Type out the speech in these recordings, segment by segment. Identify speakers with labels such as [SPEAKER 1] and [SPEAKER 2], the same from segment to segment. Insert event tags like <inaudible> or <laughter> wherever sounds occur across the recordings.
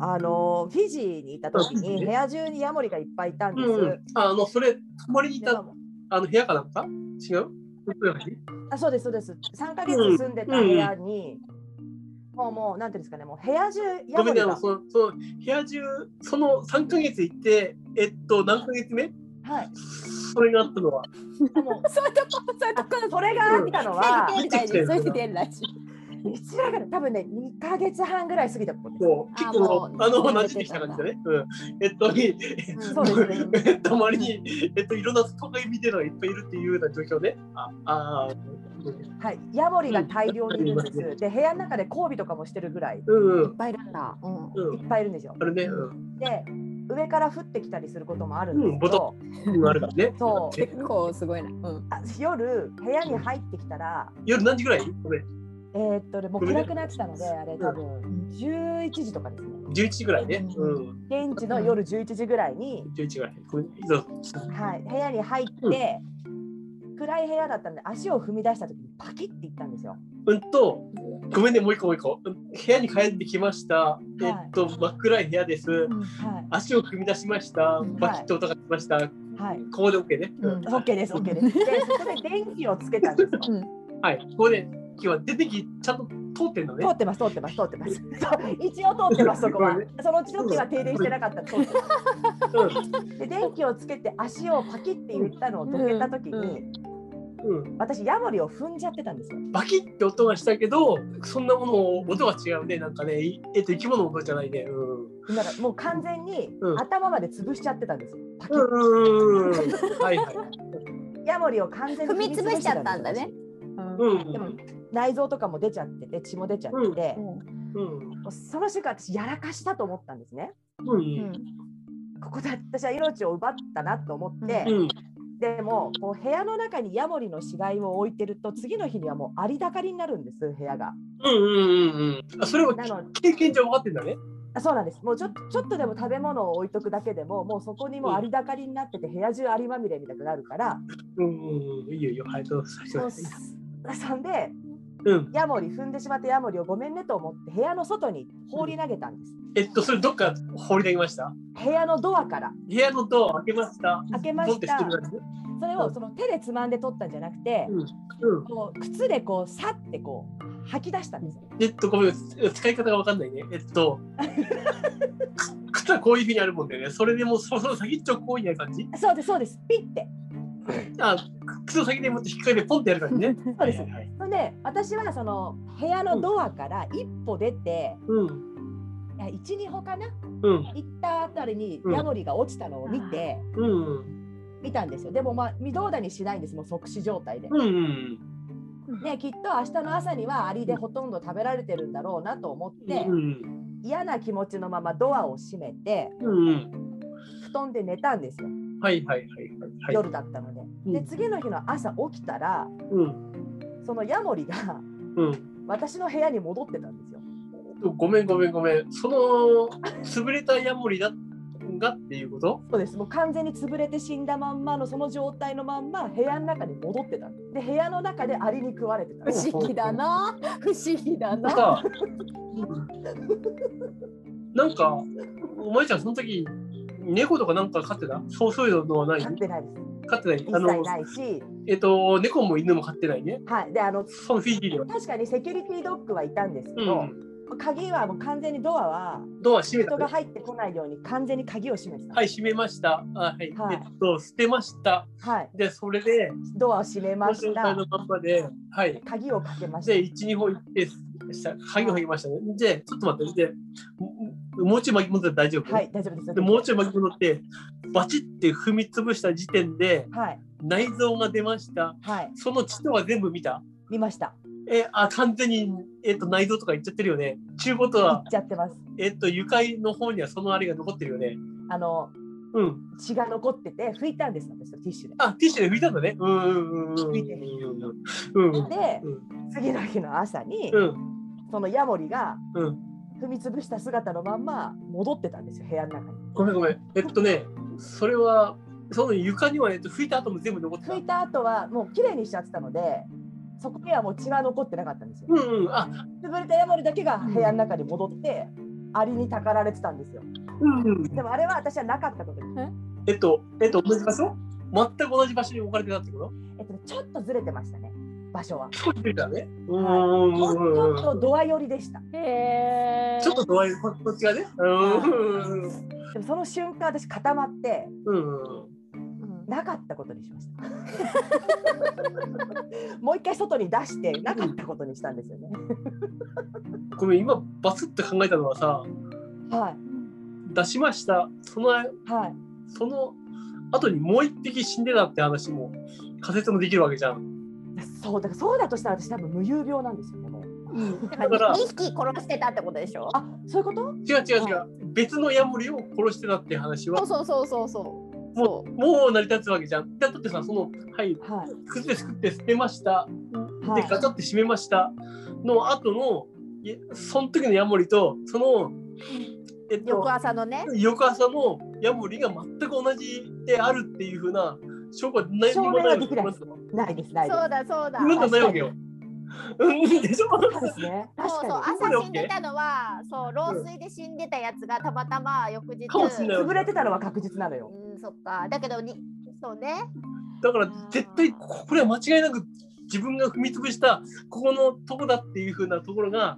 [SPEAKER 1] あのフィジーにいた時に部屋中にヤモリがいっぱいいたんです。
[SPEAKER 2] うん、あの、それ、泊まりにい
[SPEAKER 1] で
[SPEAKER 2] た、あの、部屋かなんか違う豊橋
[SPEAKER 1] あそうですそうです。3ヶ月住んでた部屋に、もうもうなんていうんですかねもう部屋中ヤ
[SPEAKER 2] ご
[SPEAKER 1] モ
[SPEAKER 2] めん
[SPEAKER 1] リ
[SPEAKER 2] ね、
[SPEAKER 1] が
[SPEAKER 2] あの、その、その、部屋中、その3ヶ月行って、えっと、何ヶ月目
[SPEAKER 1] はい。
[SPEAKER 2] それがあったのは。
[SPEAKER 1] もう
[SPEAKER 3] そういうとこ、そういうとこ。
[SPEAKER 1] それが来たのは
[SPEAKER 3] そういう
[SPEAKER 2] 来てる
[SPEAKER 3] とこ出るラジ
[SPEAKER 1] 一らから多分ね2ヶ月半ぐらい過ぎたことです。
[SPEAKER 2] もう結構
[SPEAKER 3] あもう
[SPEAKER 2] あの馴染んできた感じだね。うん、えっと、え
[SPEAKER 3] オ。
[SPEAKER 1] そうですね。
[SPEAKER 2] っと、周りに、えっと、いろんな都会見てるのがいっぱいいるっていうような状況ね。ああー、
[SPEAKER 1] はい、ヤモリが大量にいるんです。で、部屋の中で交尾とかもしてるぐらいいっ
[SPEAKER 2] うん、う
[SPEAKER 3] いっ
[SPEAKER 2] ん、
[SPEAKER 3] ぱいいるんだ。うん。
[SPEAKER 2] うん、
[SPEAKER 1] ぱいいるんですよ。
[SPEAKER 2] あれね、うん
[SPEAKER 1] で、上から降ってきたりすることもあるんです
[SPEAKER 2] うんボ
[SPEAKER 1] け
[SPEAKER 2] ト
[SPEAKER 1] ど、
[SPEAKER 2] うん、あるからね。
[SPEAKER 1] そう
[SPEAKER 2] え
[SPEAKER 3] 結構すごいな。うん。
[SPEAKER 1] あ夜、部屋に入ってきたら、
[SPEAKER 2] 夜何時ぐらいこれ、
[SPEAKER 1] えーっとね、もう暗くなってたので、あれ多分11時とかですね。
[SPEAKER 2] 11時ぐらいね。うん、
[SPEAKER 1] 現地の夜11時ぐらいに、
[SPEAKER 2] 11時ぐらい。ごめんいざ
[SPEAKER 1] はい、部屋に入って、暗い部屋だったので、足を踏み出した時にパキッていったんですよ。
[SPEAKER 2] うんと、ごめんね、もう一個、もう一個。うん部屋に帰ってきました。えっと、真っ暗い部屋です。
[SPEAKER 1] は
[SPEAKER 2] 足を踏み出しました
[SPEAKER 3] うん。
[SPEAKER 2] バキッと音がしました。こ
[SPEAKER 1] い、はい、
[SPEAKER 2] こで OK ね。
[SPEAKER 3] う
[SPEAKER 2] うんん
[SPEAKER 1] OK です、OK です。で、そこで電気をつけたんですよ。
[SPEAKER 2] はい、ここで今日は出てきちゃんと通ってんのね
[SPEAKER 1] 通。ってます、通ってます、通ってます。そう一応通ってます、そこは
[SPEAKER 2] ごめ。
[SPEAKER 1] そのうちの時は停電してなかった。通ってまで、電気をつけて足をパキって言ったのをどけた時
[SPEAKER 3] うん
[SPEAKER 1] に、
[SPEAKER 2] うん、うん、
[SPEAKER 1] 私ヤモリを踏んじゃってたんですよ。
[SPEAKER 2] バキッて音がしたけど、そんなものを音が違うね、なんかね、いえっと生き物の音じゃないね。うん、うん
[SPEAKER 1] だからもう完全に
[SPEAKER 2] うん
[SPEAKER 1] 頭まで潰しちゃってたんですよ。パキッ
[SPEAKER 2] うん、うん、はいはい。
[SPEAKER 1] ヤモリを完全に
[SPEAKER 3] 踏み潰しちゃったんだね。
[SPEAKER 2] うん、
[SPEAKER 1] でも内臓とかも出ちゃってて血も出ちゃってて、
[SPEAKER 2] うん、
[SPEAKER 1] もうその瞬間私やらかしたと思ったんですね。
[SPEAKER 2] う、
[SPEAKER 3] うん
[SPEAKER 1] ここで私は命を奪ったなと思って、
[SPEAKER 2] うん、
[SPEAKER 1] でもこう部屋の中にヤモリの死骸を置いてると次の日にはもうありだかりになるんです部屋が。
[SPEAKER 2] うん、うん、うん、あ、それは
[SPEAKER 1] なの
[SPEAKER 2] 経験上分かってんだね。
[SPEAKER 1] あそうなんですもうちょちょっとでも食べ物を置いとくだけでももうそこにもうありだかりになってて部屋中アリまみれみたいになるから
[SPEAKER 2] うん、うん、いいよ、いいよ、はい、どうぞ、最
[SPEAKER 1] もう
[SPEAKER 2] 初。
[SPEAKER 1] <laughs> そんで
[SPEAKER 2] うん、
[SPEAKER 1] ヤモリ踏んでしまったヤモリをごめんねと思って部屋の外に放り投げたんです。
[SPEAKER 2] えっと、それどっか放り投げました。
[SPEAKER 1] 部屋のドアから
[SPEAKER 2] 部屋のドアを開けました。
[SPEAKER 1] 開けま
[SPEAKER 2] ポンっ
[SPEAKER 1] して
[SPEAKER 2] して
[SPEAKER 1] た
[SPEAKER 2] る感じ。
[SPEAKER 1] それをその手でつまんで取ったんじゃなくて、
[SPEAKER 2] うん。
[SPEAKER 1] こう靴でこうさってこう吐き出したんですよ
[SPEAKER 2] えっと、ごめん、使い方がわかんないね。えっと、く靴はこういうふうにあるもんだよね。それでもう、そろそろ先っちょこういう感じ。
[SPEAKER 1] そうですそうですピッて
[SPEAKER 2] あ、靴を先で持って引っ掛けてポンってやる感じね。
[SPEAKER 1] そうです
[SPEAKER 2] はいはいはい
[SPEAKER 1] それで私はその部屋のドアから一歩出て、
[SPEAKER 2] うん。
[SPEAKER 1] いや12歩かな
[SPEAKER 2] うん。
[SPEAKER 1] 行ったあたりに
[SPEAKER 2] うん
[SPEAKER 1] ヤモリが落ちたのを見て、
[SPEAKER 2] うん。
[SPEAKER 1] 見たんですよでもまあ微動だにしないんですもう即死状態で、
[SPEAKER 2] うん。うん。
[SPEAKER 1] できっと明日の朝にはアリでほとんど食べられてるんだろうなと思って、
[SPEAKER 2] うん。
[SPEAKER 1] 嫌な気持ちのままドアを閉めて
[SPEAKER 2] うん。
[SPEAKER 1] 布団で寝たんですよ、
[SPEAKER 2] はいはいはいはい。
[SPEAKER 1] 夜だったので、
[SPEAKER 2] うん
[SPEAKER 1] で次の日の朝起きたら
[SPEAKER 2] うん。
[SPEAKER 1] そのヤモリが <laughs>
[SPEAKER 2] うん。
[SPEAKER 1] 私の部屋に戻ってたんですよ
[SPEAKER 2] ごめんごめんごめん。その、潰れたヤモリだがっていうこと
[SPEAKER 1] そうですもう完全に潰れて死んだまんまのその状態のまんま部屋の中に戻ってたんですで部屋の中でアリに食われてたんです
[SPEAKER 3] 不思議だな。不思議だ
[SPEAKER 2] なん
[SPEAKER 3] な。
[SPEAKER 2] か、なんか、お前ちゃん、その時、猫とかなんか飼ってたそうそういうのはない
[SPEAKER 1] 飼ってないです
[SPEAKER 2] 飼ってない
[SPEAKER 1] 一
[SPEAKER 2] あ
[SPEAKER 1] 切
[SPEAKER 2] の、
[SPEAKER 1] ないし、
[SPEAKER 2] えっと、猫も犬も飼ってないね。
[SPEAKER 1] はい、であの
[SPEAKER 2] そのフィジーでは。
[SPEAKER 1] 確かにセキュリティドッグはいたんですけ
[SPEAKER 2] う
[SPEAKER 1] ど、
[SPEAKER 2] ん。
[SPEAKER 1] 鍵はもう完全にドアは
[SPEAKER 2] ドア閉めた
[SPEAKER 1] 人
[SPEAKER 2] ね、
[SPEAKER 1] が入ってこないように完全に鍵を閉めてた、
[SPEAKER 2] はい、閉めました。あはい。
[SPEAKER 1] はい
[SPEAKER 2] えっと、捨てました。
[SPEAKER 1] はい、
[SPEAKER 2] で、それで、
[SPEAKER 1] ドアを閉め
[SPEAKER 2] こ
[SPEAKER 1] ま
[SPEAKER 2] の
[SPEAKER 1] し
[SPEAKER 2] 状態
[SPEAKER 1] た
[SPEAKER 2] のまんまで、はい。
[SPEAKER 1] 鍵をかけました
[SPEAKER 2] で、1、2本行って、した鍵を剥ぎましたね。で、ちょっと待って、で、ももうちょい巻き戻って大丈夫、
[SPEAKER 1] はい大丈夫です
[SPEAKER 2] で、もうちょい巻き戻って、バチって踏み潰した時点で、
[SPEAKER 1] はい
[SPEAKER 2] 内臓が出ました。
[SPEAKER 1] はい
[SPEAKER 2] その血とは全部見た。
[SPEAKER 1] 見ました
[SPEAKER 2] え、あ、完全に、えっと、内臓とかいっちゃってるよね。ちゅうこと
[SPEAKER 1] 行
[SPEAKER 2] は
[SPEAKER 1] っ、ちゃってます
[SPEAKER 2] えっと、床の方にはそのあれが残ってるよね。
[SPEAKER 1] あの
[SPEAKER 2] うん。
[SPEAKER 1] 血が残ってて拭いたんです私ティッシュで
[SPEAKER 2] あ、ティッシュで拭いたんだね。うんうんうんうん。
[SPEAKER 1] 拭いてる
[SPEAKER 2] うん。うん。
[SPEAKER 1] で
[SPEAKER 2] うん
[SPEAKER 1] 次の日の朝に、
[SPEAKER 2] うん。
[SPEAKER 1] そのヤモリが
[SPEAKER 2] うん。
[SPEAKER 1] 踏み潰した姿のまんま戻ってたんですよ部屋の中に
[SPEAKER 2] ごめんごめん。えっとね、それは、その床には、えっと、拭いた後も全部残ってた。
[SPEAKER 1] 拭いた後はもう綺麗にしちゃってたのでそこにはもう血は残ってなかったんですよ
[SPEAKER 2] うんうん。あ、
[SPEAKER 1] 潰れたヤモリだけが部屋の中に戻って、アリにたかられてたんですよ
[SPEAKER 2] うん
[SPEAKER 1] でもあれは私はなかったことに、
[SPEAKER 2] えっと、えっと、同じ場所全く同じ場所に置かれてたってこと
[SPEAKER 1] えっとね、ちょっとずれてましたね場所は
[SPEAKER 2] 結構低いからね。う
[SPEAKER 1] ほん
[SPEAKER 2] ーん。
[SPEAKER 1] とドア寄りでした
[SPEAKER 3] へえ。
[SPEAKER 2] ちょっと度合い、ここっちがね。うーん。
[SPEAKER 1] でもその瞬間私固まって
[SPEAKER 2] うん。
[SPEAKER 3] うん。
[SPEAKER 1] なかったことにしました <laughs> もう一回外に出してなかったことにしたんですよね、
[SPEAKER 2] ごめん、今、バスって考えたのはさ、
[SPEAKER 1] は
[SPEAKER 2] 出しました。その、
[SPEAKER 1] いはい
[SPEAKER 2] その後にもう一匹死んでたって話も、仮説もできるわけじゃん。
[SPEAKER 1] そうだからそうだとしたら私多分無有病なんですよねもう
[SPEAKER 3] うん
[SPEAKER 2] だ
[SPEAKER 3] だ
[SPEAKER 2] から
[SPEAKER 3] から二匹殺してたってことでしょ。
[SPEAKER 1] あそういうこと
[SPEAKER 2] 違う違う違う。別のヤモリを殺してたって話は、
[SPEAKER 3] そうそうそうそう。
[SPEAKER 2] も、
[SPEAKER 3] そう
[SPEAKER 2] もう成り立つわけじゃん。だってさ、その、はい、
[SPEAKER 1] はい
[SPEAKER 2] 靴ですくって捨てまし
[SPEAKER 1] は
[SPEAKER 2] た。で
[SPEAKER 1] い
[SPEAKER 2] ガチャって閉めましたの後のいその時のヤモリとその、えっ
[SPEAKER 3] う。翌
[SPEAKER 2] と、
[SPEAKER 3] 朝のね。
[SPEAKER 2] 翌朝のヤモリが全く同じであるっていうふうな証拠は何にもないわけ
[SPEAKER 1] 証明はでき
[SPEAKER 2] そん
[SPEAKER 1] ないですないです
[SPEAKER 3] そうだそうだ。
[SPEAKER 2] なこと
[SPEAKER 3] もう
[SPEAKER 2] ないわけよ。うんでしょ
[SPEAKER 1] そうですね確
[SPEAKER 3] そう
[SPEAKER 1] か
[SPEAKER 3] 朝死んでたのはそう老衰で死んでたやつがたまたま翌日。
[SPEAKER 2] かもしれ
[SPEAKER 1] に
[SPEAKER 2] ない
[SPEAKER 1] 潰れてたのは確実なのよ
[SPEAKER 3] うんそっかだけどにそうね。
[SPEAKER 2] だから絶対ここれは間違いなく自分が踏み潰したここのとこだっていうふうなところが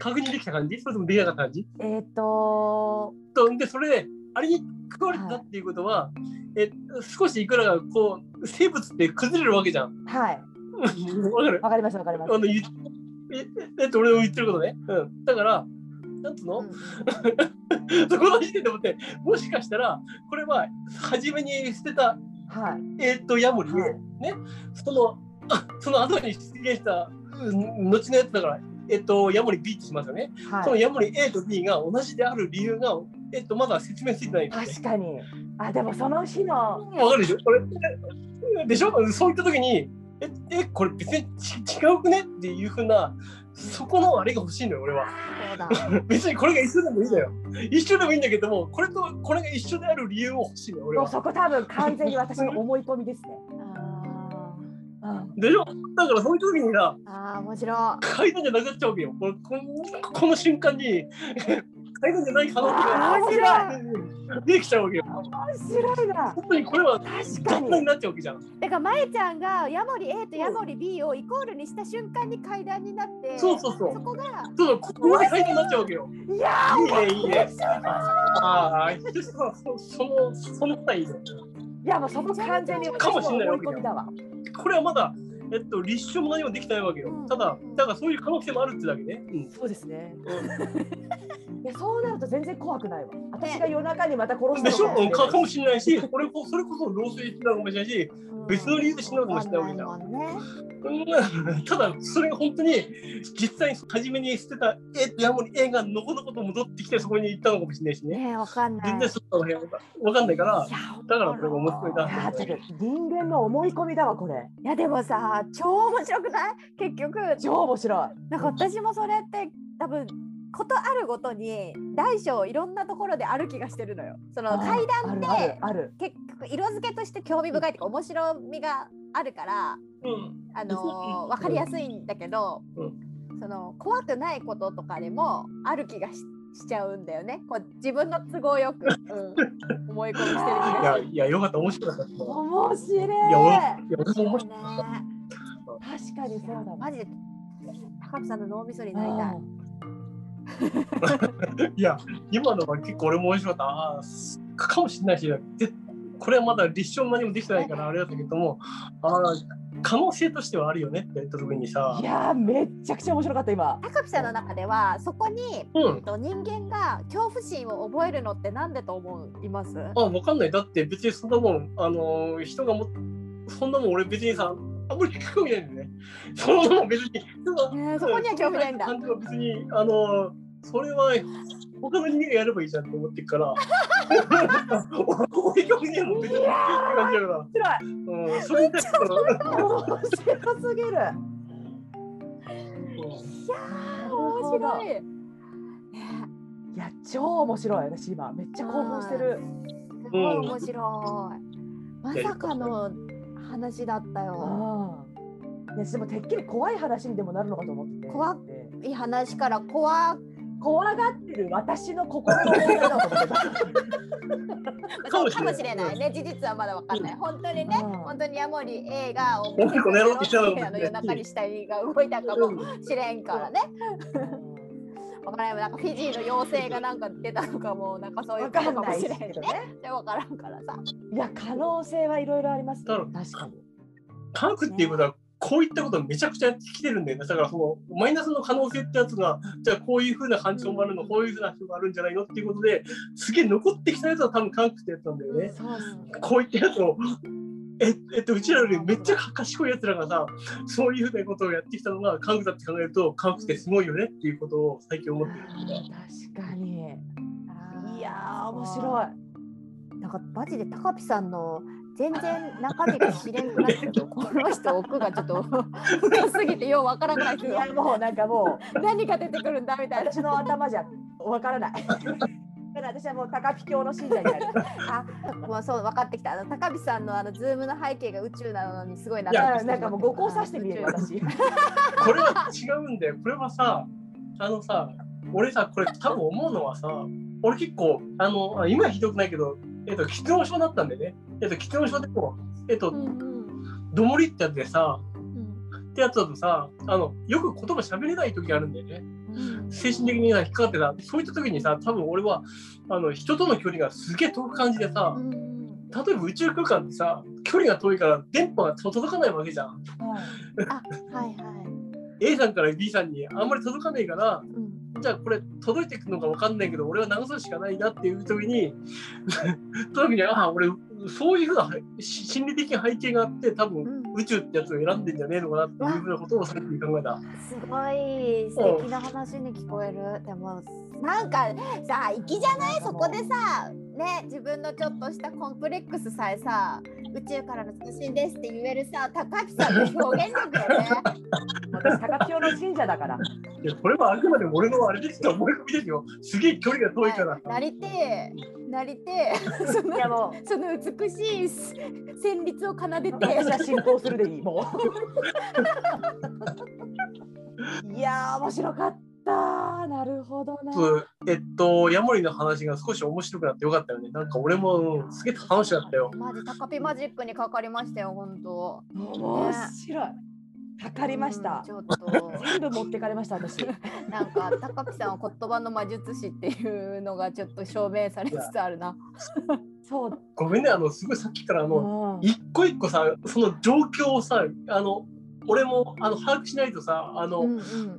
[SPEAKER 2] 確認できた感じそれともできなかった感じ
[SPEAKER 1] えっ、と
[SPEAKER 2] とでそれであれに食われてたっていうことは、え少しいくらがこう生物って崩れるわけじゃん。 <laughs>
[SPEAKER 1] はい
[SPEAKER 2] わかる
[SPEAKER 1] わかりましたわかりま
[SPEAKER 2] あ
[SPEAKER 1] した
[SPEAKER 2] の言えええっと俺の言ってることね。うん、だからなんつうの、
[SPEAKER 3] うん
[SPEAKER 2] そこの時点でもってもしかしたらこれは初めに捨てた
[SPEAKER 1] はい
[SPEAKER 2] えっとヤモリで、
[SPEAKER 1] はい
[SPEAKER 2] ねそのあその後に出現したうん後のやつだから。えっと、ヤモリ B ってしますよね、その
[SPEAKER 1] はい
[SPEAKER 2] ヤモリ A と B が同じである理由が、えっと、まだ説明ついてないんだよね
[SPEAKER 1] 確かにあでもその日の
[SPEAKER 2] わかるでしょこれでしょそういった時にええこれ別にち違うくねっていうふうなそこのあれが欲しいのよ俺は
[SPEAKER 3] そうだ。
[SPEAKER 2] 別にこれが一緒でもいいんだよ一緒でもいいんだけどもこれとこれが一緒である理由を欲しいのよ俺
[SPEAKER 1] もう
[SPEAKER 2] は
[SPEAKER 1] そこ多分完全に私の思い込みですね、
[SPEAKER 3] あ
[SPEAKER 1] うん、
[SPEAKER 2] でしょだからそういう時にさ
[SPEAKER 3] ーあー面白
[SPEAKER 2] 階段じゃなくなっちゃうわけよこのこのこの瞬間に階段じゃない可能
[SPEAKER 1] あー面
[SPEAKER 2] 性
[SPEAKER 1] 白
[SPEAKER 2] が出てきちゃうわけよ
[SPEAKER 1] 面白いな
[SPEAKER 2] 本当にこれは
[SPEAKER 1] 確か
[SPEAKER 2] 雑
[SPEAKER 1] に
[SPEAKER 2] 談になっちゃうわけじゃん
[SPEAKER 3] い。だからまえちゃんがヤモリ A とヤモリ B をイコールにした瞬間に階段になって。
[SPEAKER 2] そうそうそう
[SPEAKER 3] そこが
[SPEAKER 2] そうそうここまで階段になっちゃうわけよ
[SPEAKER 1] いや
[SPEAKER 2] いいね、いいね
[SPEAKER 1] 面。
[SPEAKER 2] ああ、そその、その方いいね。
[SPEAKER 1] ーいやもうそこ完全に
[SPEAKER 2] かもしれない
[SPEAKER 1] 思い込みだわ
[SPEAKER 2] これはまだ、えっと、立証も何もできてないわけよ。ただ、だからそういう可能性もあるってだけね。うん
[SPEAKER 1] そうですねいやそうなると全然怖くないわ私が夜中にまた殺
[SPEAKER 2] で
[SPEAKER 1] し
[SPEAKER 2] し
[SPEAKER 1] た
[SPEAKER 2] ょ
[SPEAKER 1] のかもしれな
[SPEAKER 2] うんか
[SPEAKER 1] い
[SPEAKER 2] かもしれないし、これこそれこそ老衰してたかもしれないし、別の理由で死ぬかもしれないわけじゃん
[SPEAKER 3] わかんないもんね。
[SPEAKER 2] うんただ、それが本当に、実際に初めに捨てた、えっと、やもり絵がのこのこと戻ってきて、そこに行ったのかもしれないしね。
[SPEAKER 3] ねえわかんない。
[SPEAKER 2] 全然そこの辺はわかんないから
[SPEAKER 3] い、や
[SPEAKER 2] だからこれが面白いなって
[SPEAKER 1] いやだけど人間の思い込みだわこれ
[SPEAKER 3] いやでもさ超面白くない結局
[SPEAKER 1] 超面白
[SPEAKER 3] なんか私もそれって多分ことあるごとに大小いろんなところである気がしてるのよ。そ
[SPEAKER 1] い
[SPEAKER 3] の階段っ
[SPEAKER 1] ある
[SPEAKER 3] て
[SPEAKER 1] ある
[SPEAKER 3] 結局色付けとして興味深いというか面白みがあるから、
[SPEAKER 2] うん。
[SPEAKER 3] あの
[SPEAKER 2] うん
[SPEAKER 3] 分かりやすいんだけど、
[SPEAKER 2] う
[SPEAKER 3] その怖くないこととかでもある気がししちゃうんだよねこう自分の都合よく、うん、思い込みして
[SPEAKER 2] い
[SPEAKER 3] る気が
[SPEAKER 2] や、いや、よかった、面白かった。い
[SPEAKER 1] ある面白い
[SPEAKER 2] や、俺いや私
[SPEAKER 3] す
[SPEAKER 2] も
[SPEAKER 3] る
[SPEAKER 2] 面白
[SPEAKER 3] よね。
[SPEAKER 1] 確かにそうだわ
[SPEAKER 3] マジで高木さんの脳みそになりたい。
[SPEAKER 2] いや、今のは結構俺も面白かったあー。かかもしれないし、でこれはまだ立証も何もできてないからあれだったけども、あー可能性としてはあるよねって言った時にさ
[SPEAKER 1] い、やーめっちゃくちゃ面白かった今
[SPEAKER 3] 高木さんの中ではそこに
[SPEAKER 2] うん。
[SPEAKER 3] と人間が恐怖心を覚えるのってなんでと思います
[SPEAKER 2] あ、わかんない。だって別にそんなもん、あのー人がも、そんなもん俺別にさ、あんまり聞くわけないんだよね。そんなもん別に。
[SPEAKER 3] ねえそこには興味ないんだ
[SPEAKER 2] 感じは別に、あのーそれは他の人間がやればいいじゃんって思ってるから。 <laughs> 俺興味ねえもん、別に。感じだか
[SPEAKER 1] 面
[SPEAKER 2] ら。
[SPEAKER 1] 白い
[SPEAKER 2] うん、それに対しては
[SPEAKER 1] 面白すぎる
[SPEAKER 2] うん
[SPEAKER 3] 面白い。ね
[SPEAKER 1] いや超面白い私今めっちゃ興奮してる
[SPEAKER 3] えすごい面白い。まさかの話だったよ。
[SPEAKER 1] ああでもてっきり怖い話にでもなるのかと思ってて
[SPEAKER 3] 怖
[SPEAKER 1] く
[SPEAKER 3] いい話から怖
[SPEAKER 1] 怖がってる私の心の声だと思 <laughs> ってた
[SPEAKER 3] そうかもしれないね。事実はまだわかんない。本当にね、
[SPEAKER 1] うん
[SPEAKER 3] 本当にヤモリ映画を
[SPEAKER 2] もう一個寝ろって言っちゃうもんね
[SPEAKER 3] あの夜中に死体が動いたかもしれんからね。わからない。なんかフィジーの妖精がなんか出たのかも、なんかそういう
[SPEAKER 1] わ
[SPEAKER 3] こ
[SPEAKER 1] か
[SPEAKER 3] と
[SPEAKER 1] ん
[SPEAKER 3] かも
[SPEAKER 1] ない
[SPEAKER 3] しれ
[SPEAKER 1] で
[SPEAKER 3] ん
[SPEAKER 1] す
[SPEAKER 3] ね
[SPEAKER 1] けど。ね。
[SPEAKER 3] でわからんからさ。
[SPEAKER 1] いや可能性はいろいろありますね。
[SPEAKER 2] だろ
[SPEAKER 1] 確かに。
[SPEAKER 2] 科学っていうことはこういったことをめちゃくちゃやってきてるんだよね。だからそのマイナスの可能性ってやつが、じゃあこういうふうな感情もあるの、こういうふうな人もあるんじゃないのっていうことで、すげえ残ってきたやつは多分科学ってやつなんだよね。
[SPEAKER 1] そうっすね。
[SPEAKER 2] こういったやつを、ええっと、うちらよりめっちゃ賢いやつらがさ、そういうふうなことをやってきたのが科学だって考えると、科学ってすごいよねっていうことを最近思ってる。
[SPEAKER 1] 確かに。いやー面
[SPEAKER 3] い。
[SPEAKER 1] 白い。
[SPEAKER 3] なんかマジで高ピさんの全然中身が知れんくなってるけど、この人奥がちょっと深すぎてようわからないけ
[SPEAKER 1] い
[SPEAKER 3] ど、
[SPEAKER 1] やもうなんか <laughs> もう
[SPEAKER 3] 何が出てくるんだみたいな
[SPEAKER 1] 私。の頭じゃわからない。 <laughs> だから私はもう高飛教の信者になる。
[SPEAKER 3] あ、もうそう分かってきた。あの高見さんのあのズームの背景が宇宙なのにすごいな。
[SPEAKER 1] うんなんかもう五光さして見える私。
[SPEAKER 2] これは違うんだよ。これはさ、あのさ、俺さ、これ多分思うのはさ、俺結構、あの、あ今はひどくないけど、えっと、喫音症だったんだよね。えっと、喫音症でも、えっと、どもりってやつでさ、ってやつだとさ、あの、よく言葉喋れない時あるんだよね。精神的にさ、引っかかってさ、そういった時にさ、多分俺は、あの、人との距離がすげえ遠く感じでさ、例えば宇宙空間ってさ、距離が遠いから電波が届かないわけじゃん。
[SPEAKER 3] はいはい。
[SPEAKER 2] A さんから B さんにあんまり届かないから、じゃあこれ届いていくのか分かんないけど俺は流すしかないなっていう時に <laughs> その時にああ俺そういうふうなし心理的背景があって多分宇宙ってやつを選んでんじゃねえのかなっていうふうなことをさっき考えた。
[SPEAKER 3] すごい素敵な話に聞こえる。でもなんかさ、粋じゃないそ <laughs> こでさ、ね自分のちょっとしたコンプレックスさえさ、宇宙からの通信ですって言えるさ、高木さんの表現力よね。
[SPEAKER 1] 私高飛教の信者だから。
[SPEAKER 2] いやこれはあくまでも俺のあれですよ思い込みですよすげえ距離が <laughs> 遠いから。
[SPEAKER 3] なりてえ、なりてえ。 <laughs> その
[SPEAKER 1] いやもう。
[SPEAKER 3] その美しいす旋律を奏
[SPEAKER 2] <laughs>
[SPEAKER 3] でて
[SPEAKER 1] 私は進行するでいいもう。 <laughs> いやー面白かった。なるほどな。
[SPEAKER 2] えっと、ヤモリの話が少し面白くなってよかったよね。なんか俺もうんすげえ楽しかったよ。
[SPEAKER 3] マジタカピマジックにかかりましたよ本当。
[SPEAKER 1] 面白い。かかりまし
[SPEAKER 3] うん
[SPEAKER 1] た
[SPEAKER 3] ち。ょっと
[SPEAKER 1] 全部持ってかれました私。
[SPEAKER 3] なんかタカピさんは言葉の魔術師っていうのがちょっと証明されつつあるな。
[SPEAKER 1] そう。
[SPEAKER 2] ごめんね、あの、すごいさっきからあの、
[SPEAKER 1] うん
[SPEAKER 2] 一個一個さその状況をさあの俺もあの把握しないとさあの、
[SPEAKER 3] うんうん。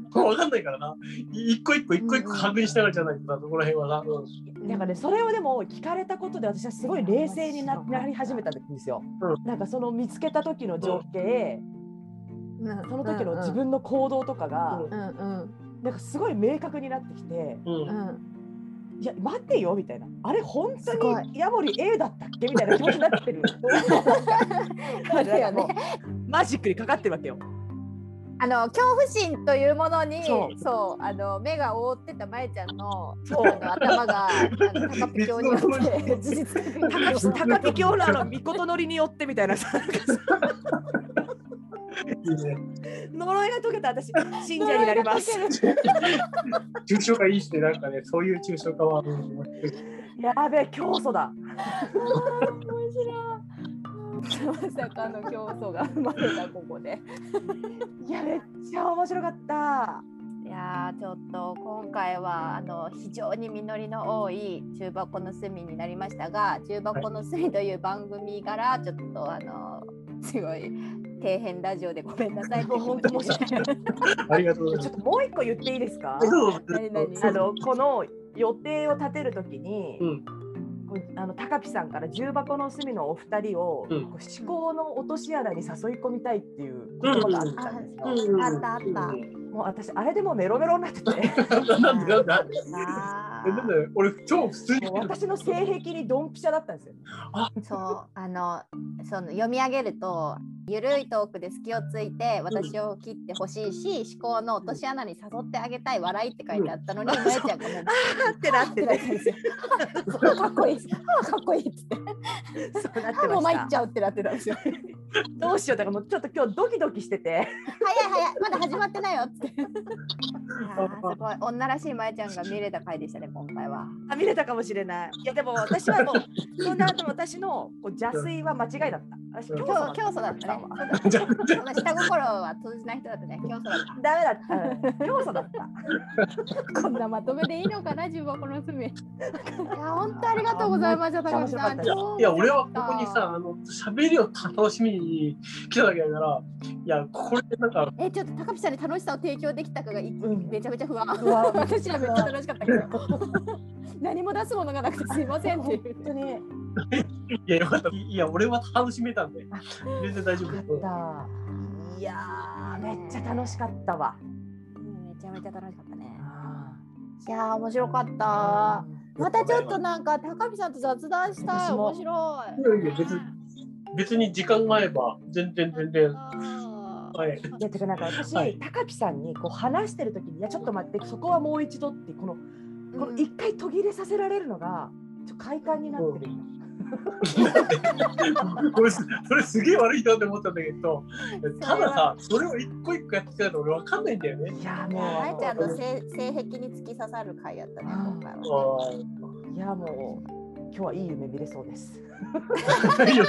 [SPEAKER 2] 分かんないからない一個一個一個一個確認しながらじゃないとさそこら辺はな、うん
[SPEAKER 1] なんかねそれをでも聞かれたことで私はすごい冷静にななり始めたんですよ。
[SPEAKER 2] う
[SPEAKER 1] なんかその見つけた時の情景、その時の自。分の行動とかが
[SPEAKER 2] うん
[SPEAKER 3] うんうん
[SPEAKER 1] なんかすごい明確になってきて。
[SPEAKER 2] うん
[SPEAKER 3] うん。
[SPEAKER 1] いや待ってよみたいなあれ本
[SPEAKER 3] すご
[SPEAKER 1] 当
[SPEAKER 3] い
[SPEAKER 1] にヤモリ A だったっけみたいな気持ちになってる
[SPEAKER 3] <laughs> そうだよね。
[SPEAKER 1] マジックにかかってるわけよ
[SPEAKER 3] あの恐怖心というものに
[SPEAKER 1] そ
[SPEAKER 3] そうあの目が覆ってたまえちゃんの
[SPEAKER 1] そう
[SPEAKER 3] あの頭があの高ピ教によって事実確
[SPEAKER 1] <laughs>
[SPEAKER 3] 認を
[SPEAKER 1] 高高木京のあのみことのりによってみたいな <laughs> さなんかさ
[SPEAKER 2] いいね
[SPEAKER 1] 呪いが解けた私信者になります
[SPEAKER 2] 抽象化いいっすねなんかねそういう抽象化は、うん
[SPEAKER 1] やべえ教祖だ
[SPEAKER 3] まさかの競争が生まれたここで。
[SPEAKER 1] いやめっちゃ面白かった
[SPEAKER 3] いやーちょっと今回はあの非常に実りの多い中箱の隅になりましたが中箱の隅という番組からちょっとあのすごい底辺ラジオでごめんなさいって
[SPEAKER 1] もう本当申し訳
[SPEAKER 3] ない。
[SPEAKER 2] ありがとうござ
[SPEAKER 1] ち
[SPEAKER 2] い
[SPEAKER 1] ょっともう一個言っていいですか
[SPEAKER 2] ますどうぞ
[SPEAKER 3] 何々
[SPEAKER 1] あのこの予定を立てるときに、
[SPEAKER 2] うん
[SPEAKER 1] こうあの高木さんから重箱の隅のお二人を、
[SPEAKER 2] うん
[SPEAKER 1] こう思考の落とし穴に誘い込みたいっていう言葉があったんですよ。
[SPEAKER 2] うん
[SPEAKER 3] あったあった
[SPEAKER 2] うん
[SPEAKER 1] もう私あれでもうメロメロにな
[SPEAKER 2] <laughs>
[SPEAKER 1] ってて
[SPEAKER 2] なんでなんでなんで
[SPEAKER 3] <laughs> あ
[SPEAKER 2] えなん
[SPEAKER 3] ー
[SPEAKER 2] で俺超普通に
[SPEAKER 1] もう私の性癖にドンピシャだったんですよ。
[SPEAKER 3] そうあのその読み上げるとゆるいトークで隙をついて私を切ってほしいし思考の落とし穴に誘ってあげたい笑いって書いてあったのに、まえちゃんがもう
[SPEAKER 1] ってなって
[SPEAKER 3] ってなっててかっこいいっすあかっこいいっつって
[SPEAKER 1] そうなっ
[SPEAKER 3] あ
[SPEAKER 1] て
[SPEAKER 3] もう
[SPEAKER 1] ま
[SPEAKER 3] 参っ
[SPEAKER 1] し
[SPEAKER 3] ち
[SPEAKER 1] た。
[SPEAKER 3] ゃうってなってたんですよ早い
[SPEAKER 1] どうしようだからもうちょっと今日ドキドキしてて
[SPEAKER 3] 早いまだ始まってないよっつってやーすごい女らしいまえちゃんが見れた回でしたね今回は。
[SPEAKER 1] あ見れたかもしれない。いやでも私はもうその後の私のこう邪推は間違いだった。私
[SPEAKER 2] う
[SPEAKER 1] 教
[SPEAKER 2] ん
[SPEAKER 3] 今日
[SPEAKER 1] 祖
[SPEAKER 3] 教祖だったね。そんな下心は通じない人だったね。教祖だっ
[SPEAKER 1] ダメだった。教祖だった。
[SPEAKER 4] こんなまとめでいいの
[SPEAKER 3] <laughs>
[SPEAKER 4] かな自分はこの罪。
[SPEAKER 3] た。いや本当ありがとうございました高橋さん。
[SPEAKER 1] いや
[SPEAKER 2] いや、俺はここにさ、あの、喋りを楽しみに来ただけだから、いや、これなんか、
[SPEAKER 3] えちょっと高橋さんに楽しさを提供できたかがい
[SPEAKER 1] うん
[SPEAKER 3] めちゃめちゃ不安。
[SPEAKER 1] うわ本
[SPEAKER 4] 私らめっちゃ楽しかったけど。何も出すものがなくてすいませんっていう。
[SPEAKER 1] 当に。
[SPEAKER 2] いや、よかった。いや、俺は楽しめたんで、全然大丈夫です。
[SPEAKER 1] よかった。いやーめっちゃ楽しかったわ。
[SPEAKER 3] うんめちゃめちゃ楽しかったね。
[SPEAKER 1] あ
[SPEAKER 3] いやー面白かっ
[SPEAKER 1] ー
[SPEAKER 3] た。またちょっとなんか高見さんと雑談したい
[SPEAKER 1] 私も
[SPEAKER 3] 面白い。
[SPEAKER 2] いやいや別に別に時間があれば、全然全然。
[SPEAKER 3] あー
[SPEAKER 2] はい。
[SPEAKER 1] いやてかなんか私、
[SPEAKER 2] はい
[SPEAKER 1] 高木さんにこう話してる時にいやちょっと待ってそこはもう一度ってこのこ
[SPEAKER 3] う
[SPEAKER 1] の
[SPEAKER 3] ん
[SPEAKER 1] 一回途切れさせられるのがちょっと快感になってる今。
[SPEAKER 2] <laughs> 俺、それすげえ悪い人だって思ったんだけど、たださ、それを一個一個やってたら俺わかんないんだよ
[SPEAKER 1] <laughs>
[SPEAKER 2] ね。
[SPEAKER 1] いや
[SPEAKER 3] いやまえ
[SPEAKER 1] も
[SPEAKER 3] ちゃんの性性癖に突き刺さる回やったね
[SPEAKER 1] うん
[SPEAKER 3] 今回は。
[SPEAKER 2] <laughs> あ
[SPEAKER 1] ういやもう今日はいい夢見れそうです。
[SPEAKER 2] あ。いや